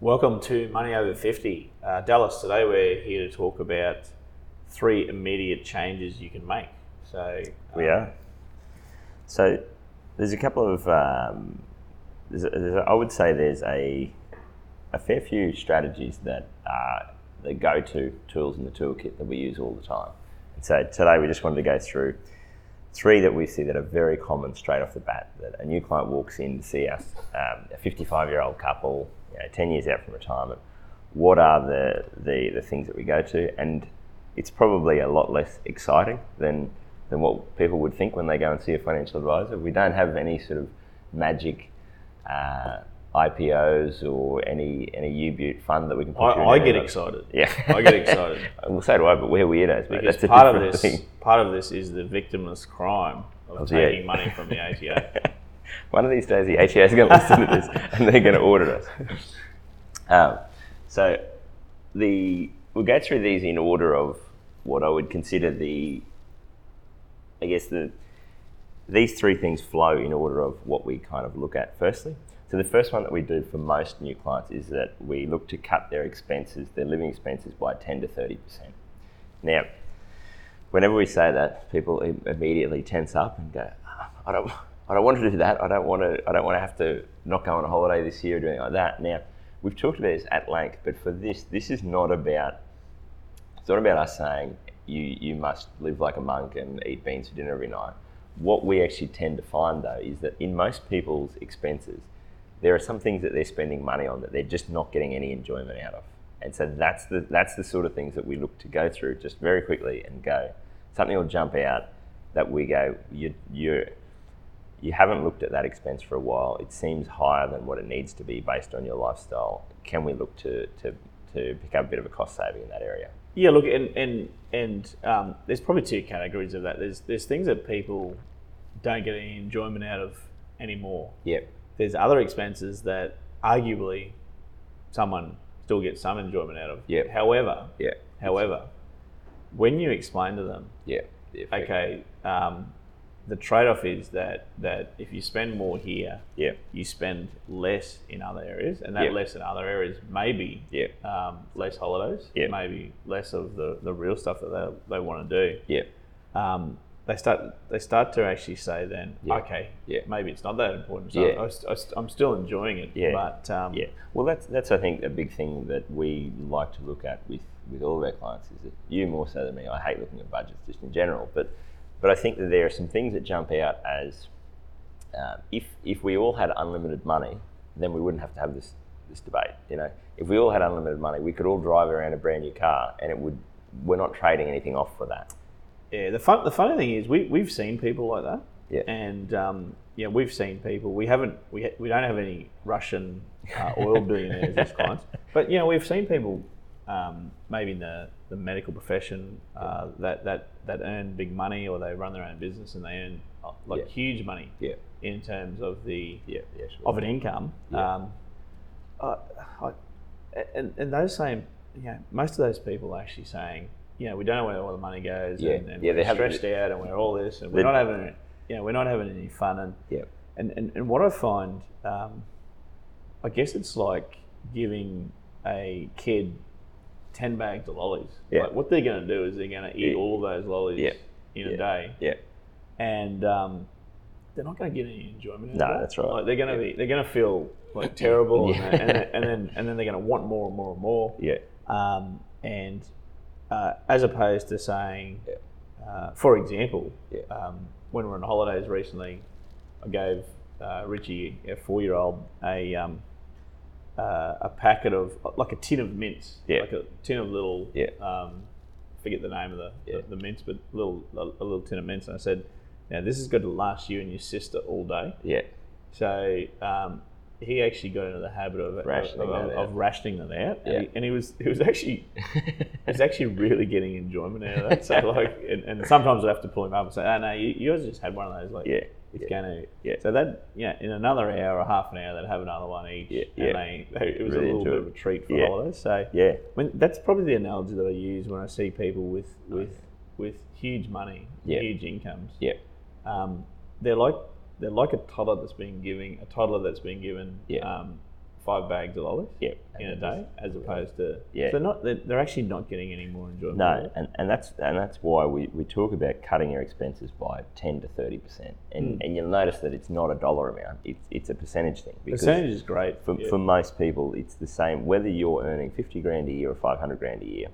Welcome to Money Over 50. Uh, Dallas, today we're here to talk about three immediate changes you can make. So, We are. So there's a couple of. Um, there's, there's, I would say there's a a fair few strategies that are the go-to tools in the toolkit that we use all the time. And so today we just wanted to go through three that we see that are very common straight off the bat. That a new client walks in to see us, um, a 55-year-old couple, you know, 10 years out from retirement. What are the, the the things that we go to? And it's probably a lot less exciting than than what people would think when they go and see a financial advisor. We don't have any sort of magic uh, IPOs or any any U-Boot fund that we can I, put you in I there. get excited. Yeah, I get excited. well, so do I, but we're weirdos, mate. Because That's a part of different this, thing. part of this is the victimless crime of the taking A- money from the ATA. One of these days, the HA is going to listen to this and they're going to audit us. Um, so the we'll go through these in order of what I would consider the. I guess the these three things flow in order of what we kind of look at. Firstly, so the first one that we do for most new clients is that we look to cut their expenses, their living expenses, by ten to thirty percent. Now, whenever we say that, people im- immediately tense up and go, "Ah, "I don't, I don't want to do that. I don't want to. I don't want to have to not go on a holiday this year or do anything like that." Now, we've talked about this at length, but for this, this is not about. It's not about us saying you you must live like a monk and eat beans for dinner every night. What we actually tend to find though is that in most people's expenses, there are some things that they're spending money on that they're just not getting any enjoyment out of. And so that's the that's the sort of things that we look to go through just very quickly and go something will jump out that we go you you you haven't looked at that expense for a while. It seems higher than what it needs to be based on your lifestyle. Can we look to to to pick up a bit of a cost saving in that area? Yeah, look, and and and um, there's probably two categories of that. There's there's things that people don't get any enjoyment out of anymore. Yeah. There's other expenses that arguably someone still gets some enjoyment out of. Yeah. However, Yeah. however, when you explain to them, Yeah. okay, um, the trade-off is that that if you spend more here, Yeah. you spend less in other areas, and that Yeah. less in other areas maybe Yeah. um, less holidays, Yeah. maybe less of the, the real stuff that they, they want to Yeah. do. Um, they start they start to actually say then, Yeah. okay, Yeah. maybe it's not that important. So Yeah. I, I, I'm still enjoying it, Yeah. but um, Yeah. Well, that's that's I think a big thing that we like to look at with with all of our clients is that you more so than me. I hate looking at budgets just in general, but but I think that there are some things that jump out as uh, if if we all had unlimited money, then we wouldn't have to have this this debate. You know, if we all had unlimited money, we could all drive around a brand new car, and it would we're not trading anything off for that. Yeah, the fun, the funny thing is we we've seen people like that. Yeah. And um, yeah, we've seen people. We haven't. We ha- we don't have any Russian uh, oil billionaires as clients, but you know we've seen people um, maybe in the, the medical profession uh, that that that earn big money or they run their own business and they earn uh, like Yeah. huge money Yeah. in terms of the Yeah. Yeah. Sure. of an income. Yeah. Um, I, I, and, and those same, you know, most of those people are actually saying, you know, we don't know where all the money goes, Yeah. and, and Yeah, we're they haven't- stressed out, and we're all this, and we're They- not having, you know, we're not having any fun, and Yeah. and, and, and what I find, um, I guess it's like giving a kid ten bags of lollies. Yeah. Like what they're going to do is they're going to eat Yeah. all those lollies Yeah. in a Yeah. day Yeah. and um, they're not going to get any enjoyment. No, out of that. that's right. Like they're going to be, they're going to feel like terrible, Yeah. and, then, and then and then they're going to want more and more and more. Yeah. Um, and uh, as opposed to saying, Yeah. uh, for example, Yeah. um, when we were on holidays recently, I gave uh, Richie, a four-year-old, a um, uh, a packet of like a tin of mints, Yeah. like a tin of little, Yeah. um, forget the name of the, Yeah. the, the mints, but little a, a little tin of mints. And I said, Now, this is going to last you and your sister all day. Yeah. So um, he actually got into the habit of Rationing of, of, that out. of rationing them out, Yeah. and, he, and he was he was actually he was actually really getting enjoyment out of that. So like, and, and sometimes I have to pull him up and say, "Oh no, you, yours just had one of those." Like, Yeah. it's going to. Yeah. So that yeah, in another hour or half an hour, they'd have another one each, Yeah, and yeah. They, they, it was Really a little enjoy bit it. of a treat for Yeah. holidays. So Yeah. when, that's probably the analogy that I use when I see people with with with huge money, Yeah. huge incomes. Yeah. Um, they're like they're like a toddler that's been giving a toddler that's been given Yeah. um, five bags of olives Yeah. in a day, as opposed to Yeah. so they're not they're, they're actually not getting any more enjoyment. out No, of it. and, and that's and that's why we, we talk about cutting your expenses by ten to thirty percent, and and you'll notice that it's not a dollar amount; it's it's a percentage thing. because percentage is great. for, yeah. for most people, it's the same whether you're earning fifty grand a year or five hundred grand a year.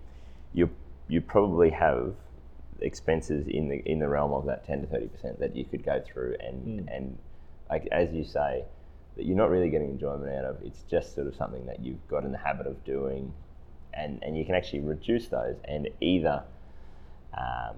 You you probably have expenses in the in the realm of that ten to thirty percent that you could go through, and and like as you say, that you're not really getting enjoyment out of. It's just sort of something that you've got in the habit of doing, and and you can actually reduce those and either. Um,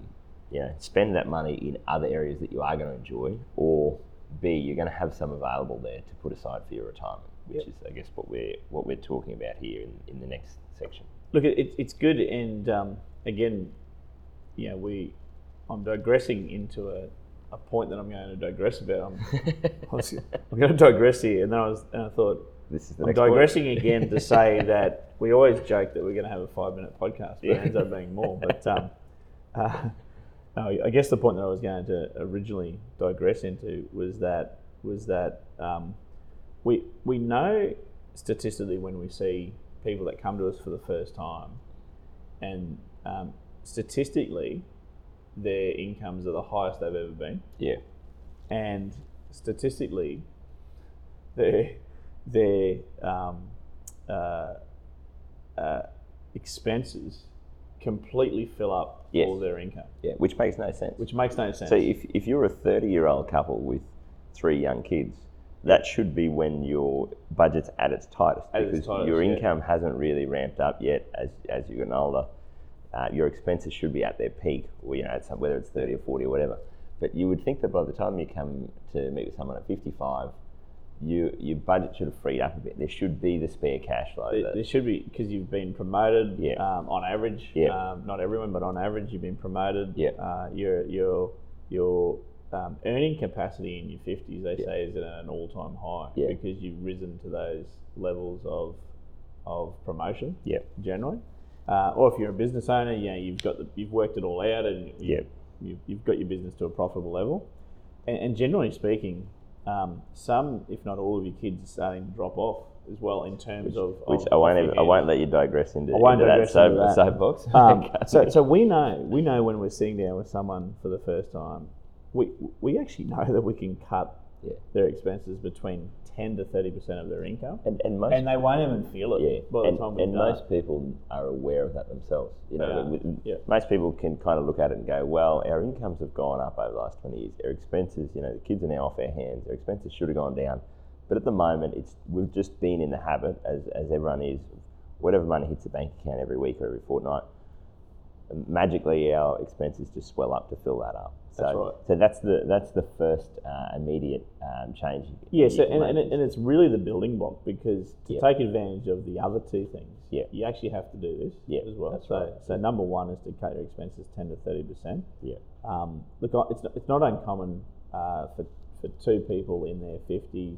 you know, spend that money in other areas that you are going to enjoy, or B, you're going to have some available there to put aside for your retirement, which is, I guess, what we're what we're talking about here in, in the next section. look, it, it's- it's good, and um, again, yeah, we. I'm digressing into a, a point that I'm going to digress about. I'm, I was- I'm going to digress here, and then I was and I thought This is the I'm next point. digressing again to say that we always joke that we're going to have a five minute podcast, but it ends up being more. But um, uh, no, I guess the point that I was going to originally digress into was that was that um, we we know statistically when we see people that come to us for the first time, and um, statistically, their incomes are the highest they've ever been Yeah, and statistically, their their um, uh, uh, expenses completely fill up Yes. all their income, yeah, which makes no sense. which makes no sense. so if, if you're a 30 year old couple with three young kids, that should be when your budget's at its tightest At its because tightest, your yeah. income hasn't really ramped up yet. As as you're getting older, uh, your expenses should be at their peak, or you know, at some, whether it's 30 or 40 or whatever. But you would think that by the time you come to meet with someone at 55, you, your budget should have freed up a bit. There should be the spare cash flow. there, that- there should be because you've been promoted. Yeah. Um, on average, Yeah. um, not everyone, but on average, you've been promoted. Yeah. Uh, your your your um, earning capacity in your fifties, they say, is at an all-time high Yeah. because you've risen to those levels of of promotion. yeah, generally. Uh, or if you're a business owner, you know, you've got the, you've worked it all out and you, Yep. you, you've got your business to a profitable level. And, and generally speaking, um, some, if not all, of your kids are starting to drop off as well in terms of. which of- I won't. of Ever, I your won't let you digress into, Oh, won't into digress that, into that. soap, soapbox. um, so, so we know we know when we're sitting down with someone for the first time, we we actually know that we can cut Yeah. their expenses between ten to thirty percent of their income, and, and most and they won't even feel it. Yeah, by the and, time we're and done. most people are aware of that themselves. You They know, are, with- yeah. most people can kind of look at it and go, "Well, our incomes have gone up over the last twenty years. Our expenses, you know, the kids are now off our hands. Our expenses should have gone down, but at the moment, it's we've just been in the habit, as as everyone is, whatever money hits the bank account every week or every fortnight, magically our expenses just swell up to fill that up. So, That's right. So that's the that's the first uh, immediate um, change. Yeah, you so, can and, make. and, it, and it's really the building block because to Yeah. take advantage of the other two things, Yeah. you actually have to do this Yeah, as well. that's So, right. so number one is to cut your expenses 10 to 30%. yeah, Um, look, I- it's not, it's not uncommon uh, for, for two people in their 50s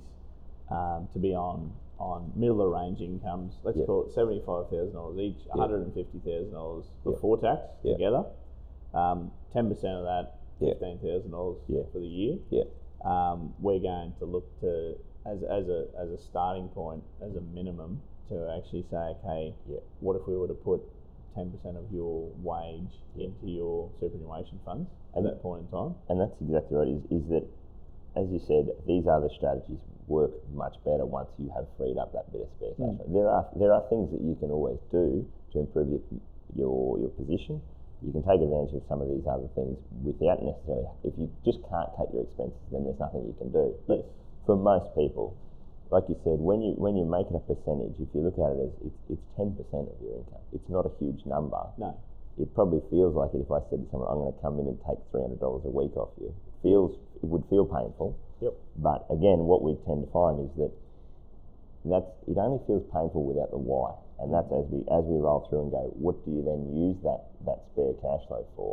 um, to be on, on middle of range incomes. Let's Yeah. call it $75,000 each, $150,000 before tax Yeah. together. Um, 10% of that, Yeah. $15,000 Yeah. for the year yeah, um, we're going to look to as, as a as a starting point as a minimum to actually say okay Yeah. what if we were to put 10% of your wage into your superannuation funds at that point in time And that's exactly right. Is, is that, as you said, these other strategies work much better once you have freed up that bit of spare cash. flow. There are there are things that you can always do to improve your your, your position. You can take advantage of some of these other things without necessarily. If you just can't cut your expenses, then there's nothing you can do. But for most people, like you said, when you when you make it a percentage, if you look at it as it's it's ten percent of your income. It's not a huge number no it probably feels like it if I said to someone, I'm going to come in and take $300 a week off you. It feels it would feel painful. Yep. But again, what we tend to find is that that's it only feels painful without the why, and that's as we as we roll through and go, what do you then use that that spare cash flow for?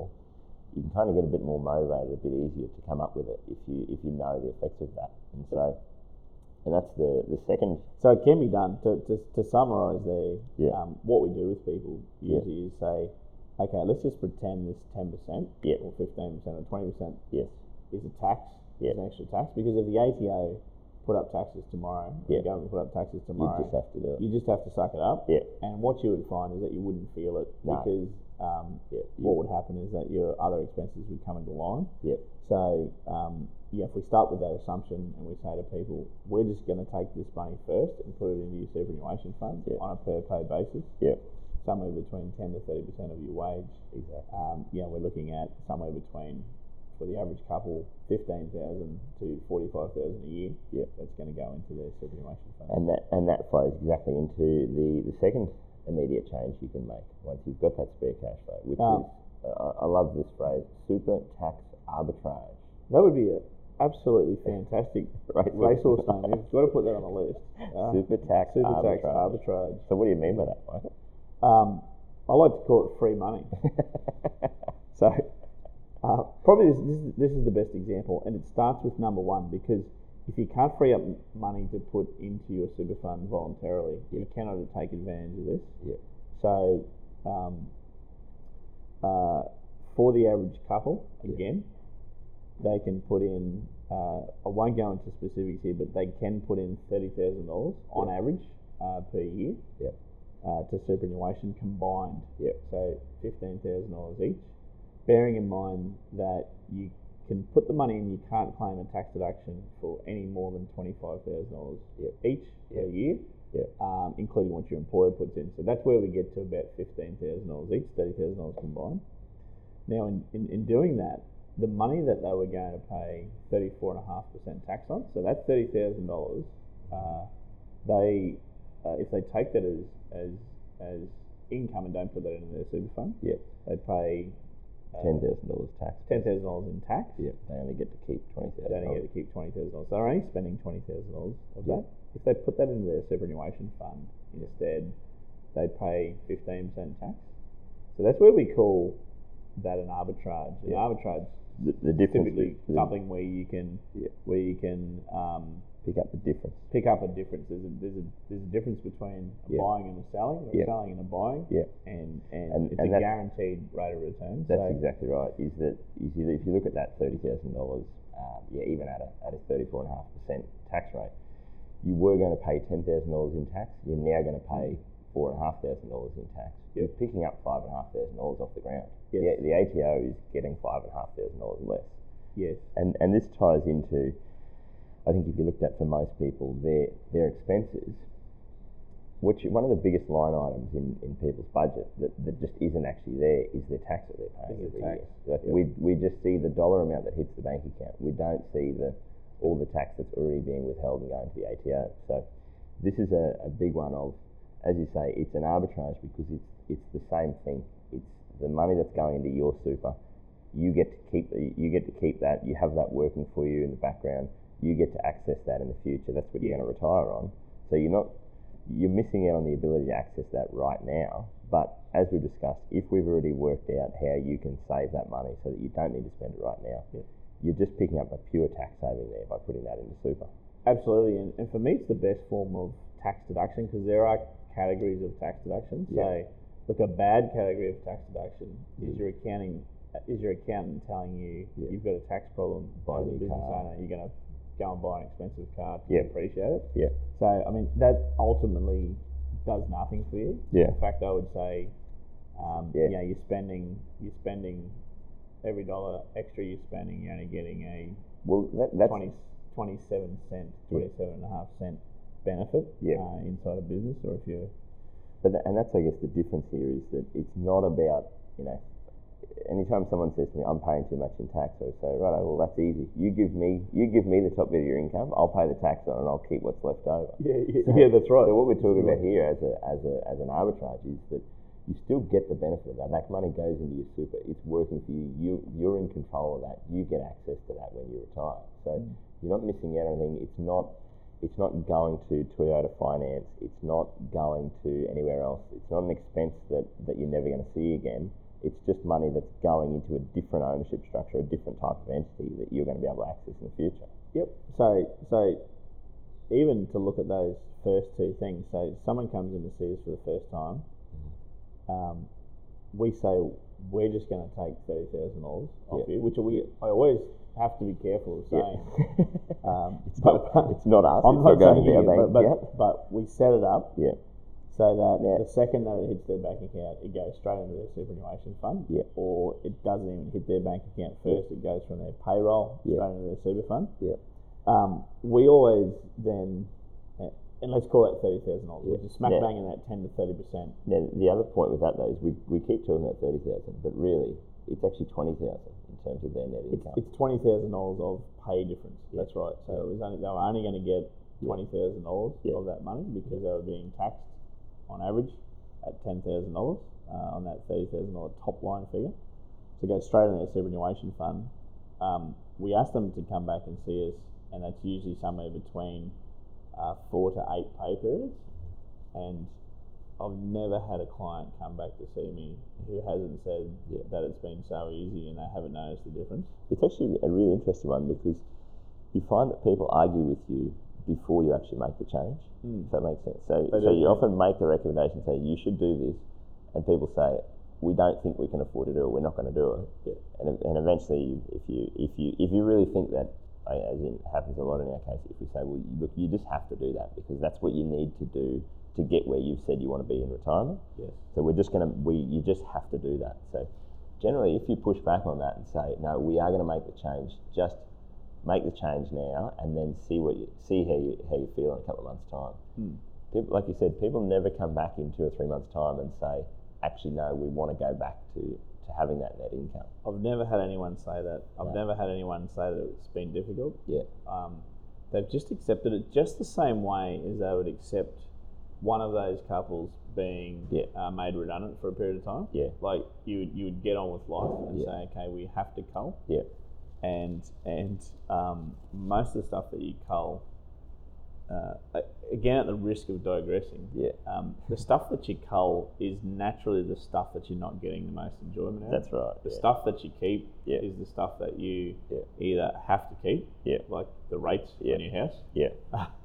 You can kind of get a bit more motivated, a bit easier to come up with it if you if you know the effects of that, and so. And that's the, the second So it can be done. To, to, to summarise there, Yeah. um, what we do with people Yeah. usually is say, okay, let's just pretend this 10% Yeah. or 15% or 20% yes is a tax, Yeah. is an extra tax, because if the ATO put up taxes tomorrow, or Yeah. the government put up taxes you tomorrow, just have to do it. you just have to suck it up. Yeah. And what you would find is that you wouldn't feel it No. because um, what would happen is that your other expenses would come into line. Yep. So um, yeah, if we start with that assumption and we say to people, we're just going to take this money first and put it into your superannuation fund Yep. on a per pay basis, Yep. somewhere between 10 to 30 percent of your wage. Exactly. Um, yeah, we're looking at somewhere between for the average couple, fifteen thousand to forty-five thousand a year. Yep. that's going to go into their superannuation fund. And that and that flows exactly into the, the second immediate change you can make once you've got that spare cash flow, which Um, is uh, I love this phrase, super tax arbitrage. That would be a absolutely fantastic Right. racehorse name. You've got to put that on the list. Uh, super tax super arbitrage. tax arbitrage. So what do you mean by that, Mike? Um, I like to call it free money. so uh, probably this, this, is- this is the best example, and it starts with number one because if you can't free up m- money to put into your super fund voluntarily, you cannot take advantage of this. Yep. So um, uh, for the average couple, again, they can put in. Uh, I won't go into specifics here, but they can put in thirty thousand dollars on average uh, per year Yep. uh, to superannuation combined. Yep. So fifteen thousand dollars each. Bearing in mind that you can put the money in, you can't claim a tax deduction for any more than twenty five thousand dollars each per year. Yep. Um, including what your employer puts in. So that's where we get to about fifteen thousand dollars each, thirty thousand dollars combined. Now in, in, in doing that, the money that they were going to pay thirty four and a half percent tax on, so that's thirty thousand dollars, uh, they uh, if they take that as as as income and don't put that into their super fund, Yep. they pay Uh, uh, Ten thousand dollars tax. ten thousand dollars in tax. Yep. They only get to keep twenty They thousand only dollars. get to keep twenty thousand dollars. So they're only spending twenty thousand dollars of Yeah. that. If they put that into their superannuation fund instead, they pay fifteen percent tax. So that's where we call that an arbitrage. An arbitrage The, the difference typically be- something where you can Yeah. where you can um, pick up the difference. pick up a difference. There's a there's a, there's a difference between a Yeah. buying and a selling, or Yeah. a selling and a buying, Yeah. and and, And- it's and a that's- guaranteed rate of return. That's so exactly right. Is that is that if you look at that thirty thousand dollars, um, yeah, even at a at a thirty four and a half percent tax rate, you were going to pay ten thousand dollars in tax. You're now going to pay four and a half thousand dollars in tax. You're picking up five and a half thousand dollars off the ground. Yes. The, the ATO is getting five and a half thousand dollars less. yes, And and this ties into, I think if you looked at for most people their their expenses, which one of the biggest line items in, in people's budget that, that just isn't actually there is the tax that they're paying Is the every tax, year. Like we, we just see the dollar amount that hits the bank account. We don't see the all the tax that's already being withheld and going to the ATO. So this is a, a big one of, as you say, it's an arbitrage because it's it's the same thing. It's the money that's going into your super you get to keep you get to keep that. You have that working for you in the background. You get to access that in the future. That's what you're going to retire on. So you're not you're missing out on the ability to access that right now. But as we discussed, if we've already worked out how you can save that money so that you don't need to spend it right now, you're just picking up a pure tax saving there by putting that into super. absolutely. And, and for me, it's the best form of tax deduction because there are categories of tax deduction. So, Yeah. Mm. look, a bad category of tax deduction is your accounting is your accountant telling you Yeah. you've got a tax problem Buy a as a new business car. owner, you're going to go and buy an expensive car to Yeah. appreciate it. Yeah. So, I mean, that ultimately does nothing for you. Yeah. In fact, I would say, um, Yeah. you know, you're spending, you're spending every dollar extra you're spending, you're only getting a Well, that, that's 20, 27 cent, 27 and a half cent benefit Yeah. uh, inside a business, or if you're But tha- and that's I guess the difference here is that it's not about you know. Anytime someone says to me, "I'm paying too much in tax," I say, "Right, well that's easy. You give me you give me the top bit of your income. I'll pay the tax on it, and I'll keep what's left over." yeah, yeah, that's right. So what we're talking about here as a, as a as an arbitrage is that you still get the benefit of that. That money goes into your super. It's working for you. You you're in control of that. You get access to that when you retire. So Mm. you're not missing out on anything. It's not it's not going to Toyota Finance. It's not going to anywhere else. It's not an expense that, that you're never going to see again. It's just money that's going into a different ownership structure, a different type of entity that you're going to be able to access in the future. Yep. So so even to look at those first two things. So someone comes in to see us for the first time. Mm-hmm. Um, we say we're just going to take thirty thousand dollars off Yeah. you, which we I always have to be careful of saying. Um, it's, but- not, it's not us. I'm not it's not going saying to be our you, bank but, but, account. but we set it up Yeah. so that Yeah. the second that it hits their bank account, it goes straight into their superannuation fund. Yeah. Or it doesn't even hit their bank account first; it goes from their payroll Yeah. straight into their super fund. Yeah. Um, we always then, uh, and let's call that thirty thousand dollars, which is smack Yeah. bang in that ten to thirty percent. Now, the other point with that though is we, we keep talking about thirty thousand, but really it's actually twenty thousand in terms of their net It's, income. it's twenty thousand dollars of pay difference. That's right. So it was only, they were only going to get twenty thousand dollars Yeah. of that money because they were being taxed on average at ten thousand dollars uh, on that thirty thousand dollar top line figure. So it goes straight into their superannuation fund. Um, we asked them to come back and see us, and that's usually somewhere between uh, four to eight pay periods. And I've never had a client come back to see me who hasn't said that it's been so easy and they haven't noticed the difference. It's actually a really interesting one because you find that people argue with you before you actually make the change. If that makes sense. So, so Hmm. do, you yeah. often make the recommendation, say you should do this, and people say we don't think we can afford to do it. We're not going to do it. And, ev- and eventually, if you if you if you really think that, I- as in happens a lot in our case, if we say, well, you- look, you just have to do that because that's what you need to do to get where you've said you want to be in retirement. Yes. So we're just going to, we, you just have to do that. So generally, if you push back on that and say, no, we are going to make the change, just make the change now and then see what you, see how you, how you feel in a couple of months' time. People, like you said, people never come back in two or three months' time and say, actually, no, we want to go back to, to having that net income. I've never had anyone say that. I've never had anyone say that it's been difficult. Yeah. Um, they've just accepted it just the same way as they would accept one of those couples being Yeah. uh, made redundant for a period of time. Yeah. Like you would, you would get on with life and Yeah. say, okay, we have to cull. Yeah. and and um, most of the stuff that you cull, uh, a- again at the risk of digressing, Yeah. um, the stuff that you cull is naturally the stuff that you're not getting the most enjoyment out. of. That's right. The yeah. stuff that you keep Yeah. is the stuff that you Yeah. either have to keep, Yeah. like the rates Yeah. on your house, Yeah.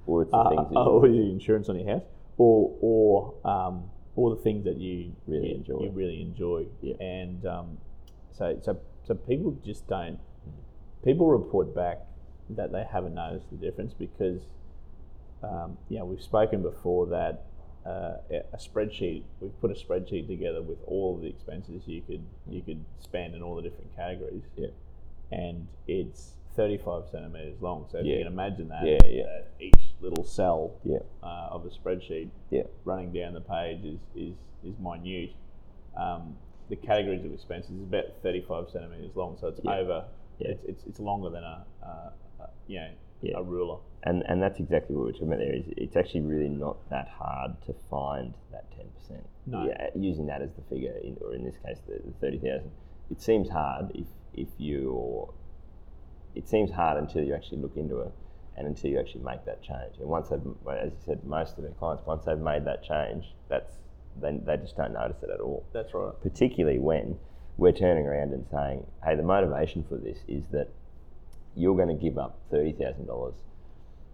Or it's the uh, things that you or the insurance on your house, or or um, or the things that you Really you- enjoy. You really enjoy, Yeah. and um, so so so people just don't. People report back that they haven't noticed the difference because, um, you know, we've spoken before that uh, a- a spreadsheet. We've put a spreadsheet together with all the expenses you could you Mm. could spend in all the different categories. Yeah. And it's 35 centimeters long, so if you Yeah. can imagine that, Yeah, yeah. that each little cell Yeah. uh, of a spreadsheet Yeah. running down the page is is, is minute. Um, the categories of expenses is about 35 centimeters long, so it's Yeah. over. Yeah. It's, it's it's longer than a, a, a you know Yeah. a ruler. and and that's exactly what we're talking about there is it's actually really not that hard to find that 10% No. yeah, using that as the figure in, or in this case the, the 30000 it seems hard if if you're it seems hard until you actually look into it and until you actually make that change and once they've well, as you said most of our clients once they've made that change that's then they just don't notice it at all That's right. particularly when we're turning around and saying, hey, the motivation for this is that you're going to give up $30,000.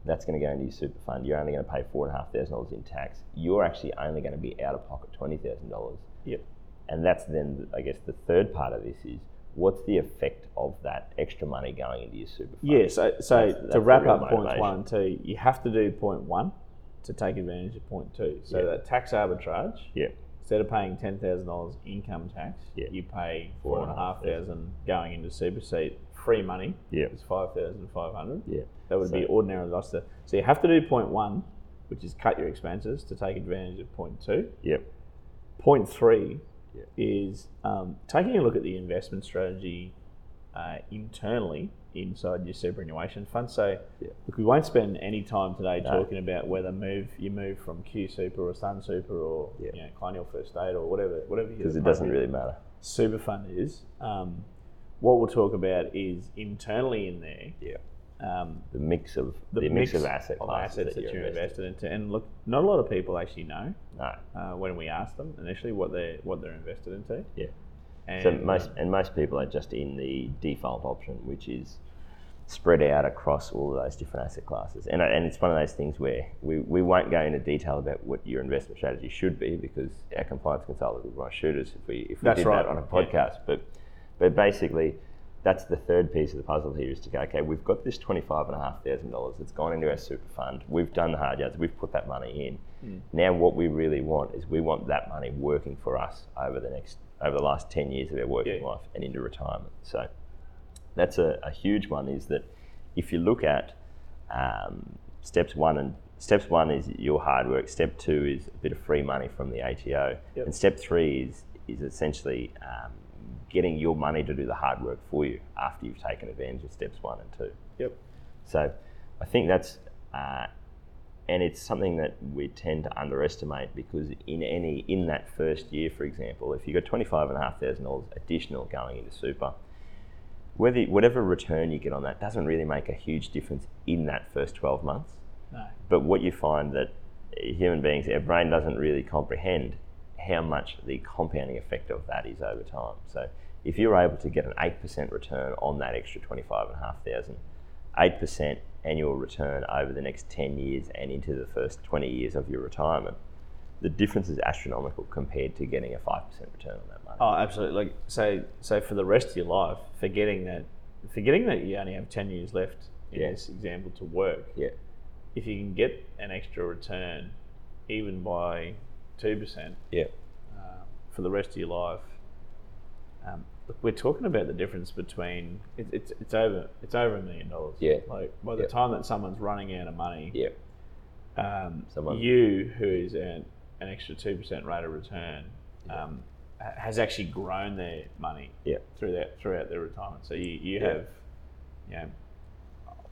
That's going to go into your super fund. You're only going to pay $4,500 in tax. You're actually only going to be out of pocket $20,000. Yep. And that's then, I guess, the third part of this is what's the effect of that extra money going into your super fund? Yeah. So, so That's- that's to the wrap real up points motivation. one and two, you have to do point one to take advantage of point two. So Yeah. that tax arbitrage. Yeah. Instead of paying ten thousand dollars income tax, Yeah. you pay Four four and and a half a half thousand going into super seat. Free money Yeah. is five thousand five hundred. Yeah. That would be So- ordinarily lost. there. So you have to do point one, which is cut your expenses to take advantage of point two. Yep. Point three Yeah. is um, taking a look at the investment strategy uh, internally inside your superannuation fund. So look, we won't spend any time today talking about whether move you move from Q Super or Sun Super or Yeah. you know, Colonial First State or whatever whatever because it doesn't really matter. super fund is. Um, what we'll talk about is internally in there. Yeah. Um, The mix of the, mix, mix of asset of classes assets that, you're investing. invested into, and look, not a lot of people actually know No. uh, when we ask them initially what they what they're invested into. Yeah. And uh, So most and most people are just in the default option, which is spread out across all of those different asset classes. And and it's one of those things where we, we won't go into detail about what your investment strategy shoot be because our compliance consultant would want to shoot us if we if we That's did right, that on a yeah. podcast. But but basically that's the third piece of the puzzle here is to go, okay, we've got this twenty five and a half thousand dollars that's gone into our super fund. We've done the hard yards, we've put that money in. Now what we really want is we want that money working for us over the next over the last ten years of our working Yeah. life and into retirement. So that's a, a huge one is that if you look at um, steps one and steps one is your hard work step two is a bit of free money from the ato Yep. and step three is is essentially um, getting your money to do the hard work for you after you've taken advantage of steps one and two yep, so I think that's, uh, and it's something that we tend to underestimate because in any in that first year, for example, if you got twenty five and a half thousand dollars additional going into super, whether whatever return you get on that doesn't really make a huge difference in that first twelve months. no, But what you find that human beings, our brain doesn't really comprehend how much the compounding effect of that is over time. So if you're able to get an 8% return on that extra 25,500, 8% annual return over the next 10 years and into the first 20 years of your retirement, the difference is astronomical compared to getting a 5% return on that money. oh, absolutely. Like so, so for the rest of your life, forgetting that forgetting that you only have ten years left in Yeah. this example to work. Yeah. If you can get an extra return, even by two percent, Yeah. um, for the rest of your life. Um, look, we're talking about the difference between it, it's it's over it's over a million dollars. Yeah. Like by the Yeah. time that someone's running out of money, Yeah. um, Someone- you who is an an extra two percent rate of return um, ha- has actually grown their money Yeah. through that throughout their retirement. So you, you Yeah. have, you know,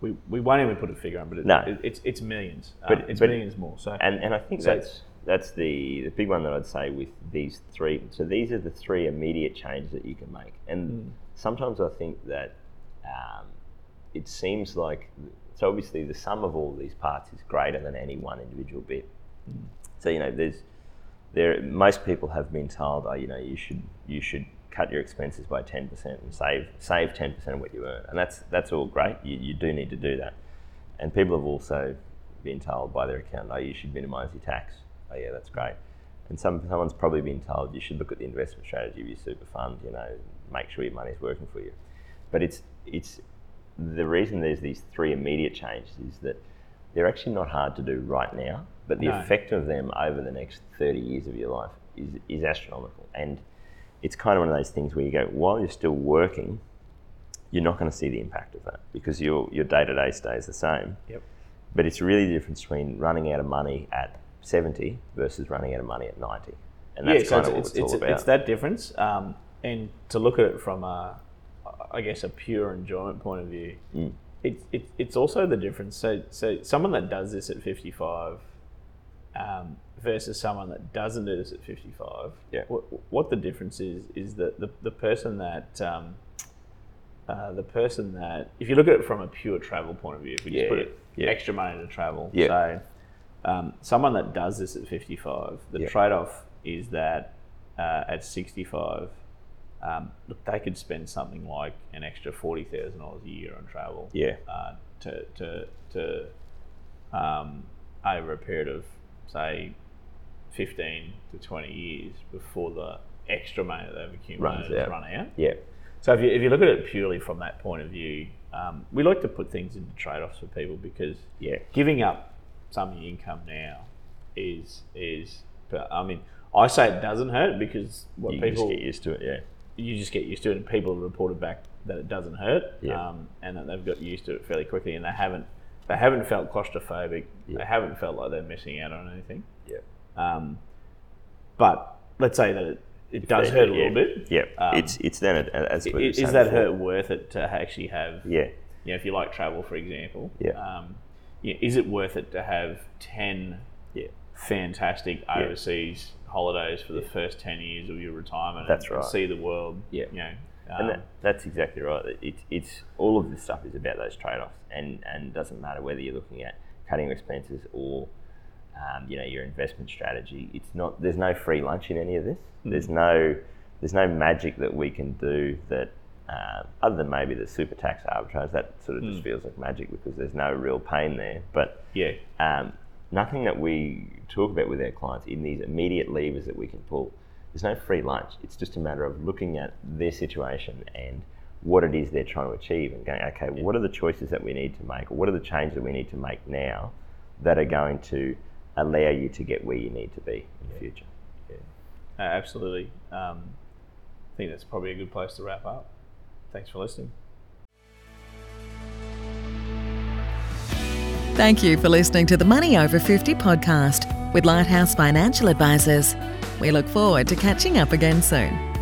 we, we won't even put a figure on, but it, No. it, it's it's millions. But- um, it's but- millions more. So And and I think So- that's that's the the big one that I'd say with these three. So these are the three immediate changes that you can make. And sometimes I think that um, it seems like so obviously the sum of all these parts is greater than any one individual bit. So you know there's there most people have been told oh you know you should you should cut your expenses by 10% and save save 10% of what you earn and that's that's all great you, you do need to do that and people have also been told by their accountant, oh, you should minimise your tax. Oh, yeah, that's great. And some, someone's probably been told you should look at the investment strategy of your super fund, you know, make sure your money's working for you. But it's, it's the reason there's these three immediate changes is that they're actually not hard to do right now, but the No. effect of them over the next 30 years of your life is, is astronomical. And it's kind of one of those things where you go, while you're still working, you're not going to see the impact of that because your, your day-to-day stays the same. yep. But it's really the difference between running out of money at 70 versus running out of money at 90. And that's kind of what it's, all about. it's that difference. Um, and to look at it from a, I guess, a pure enjoyment point of view, Mm. it's it's it's also the difference. So so someone that does this at fifty five, um, versus someone that doesn't do this at fifty five. Yeah. What, what the difference is is that the the person that um, uh, the person that, if you look at it from a pure travel point of view, if we just Yeah, put yeah, it yeah. extra money to travel, Yeah. so um, someone that does this at 55, the Yeah. trade off is that uh, at 65, um, look, they could spend something like an extra $40,000 a year on travel Yeah. uh, to, to, to um, over a period of, say, 15 to 20 years before the extra money that they've accumulated out. has run out. yeah. So if you, if you look at it purely from that point of view, um, we like to put things into trade-offs for people because Yeah. giving up some of your income now is is. But I mean, I say it doesn't hurt because what You people just get used to it, yeah. you just get used to it, and people have reported back that it doesn't hurt, Yeah. um, and that they've got used to it fairly quickly, and they haven't they haven't felt claustrophobic, they haven't felt like they're missing out on anything. Yeah. Um, but let's say that it, it does hurt a little bit. Yeah, Um, it's it's then it- as I- Is, that hurt worth it to actually have? Yeah, You know, if you like travel, for example. Yeah. Um, you know, is it worth it to have ten yeah, fantastic overseas holidays for the first ten years of your retirement? That's and, and right. see the world. Yeah. You know. and um, that, that's exactly right. It- It's it's all of this stuff is about those trade offs, and and it doesn't matter whether you're looking at cutting expenses or um, you know your investment strategy. It's not there's no free lunch in any of this. There's no there's no magic that we can do that uh, other than maybe the super tax arbitrage. That sort of just feels like magic because there's no real pain there. But yeah. um, nothing that we talk about with our clients in these immediate levers that we can pull. There's no free lunch. It's just a matter of looking at their situation and what it is they're trying to achieve and going, okay, what are the choices that we need to make? What are the changes that we need to make now that are going to allow you to get where you need to be in the future? No, absolutely. Um, I think that's probably a good place to wrap up. Thanks for listening. Thank you for listening to the Money Over 50 podcast with Lighthouse Financial Advisors. We look forward to catching up again soon.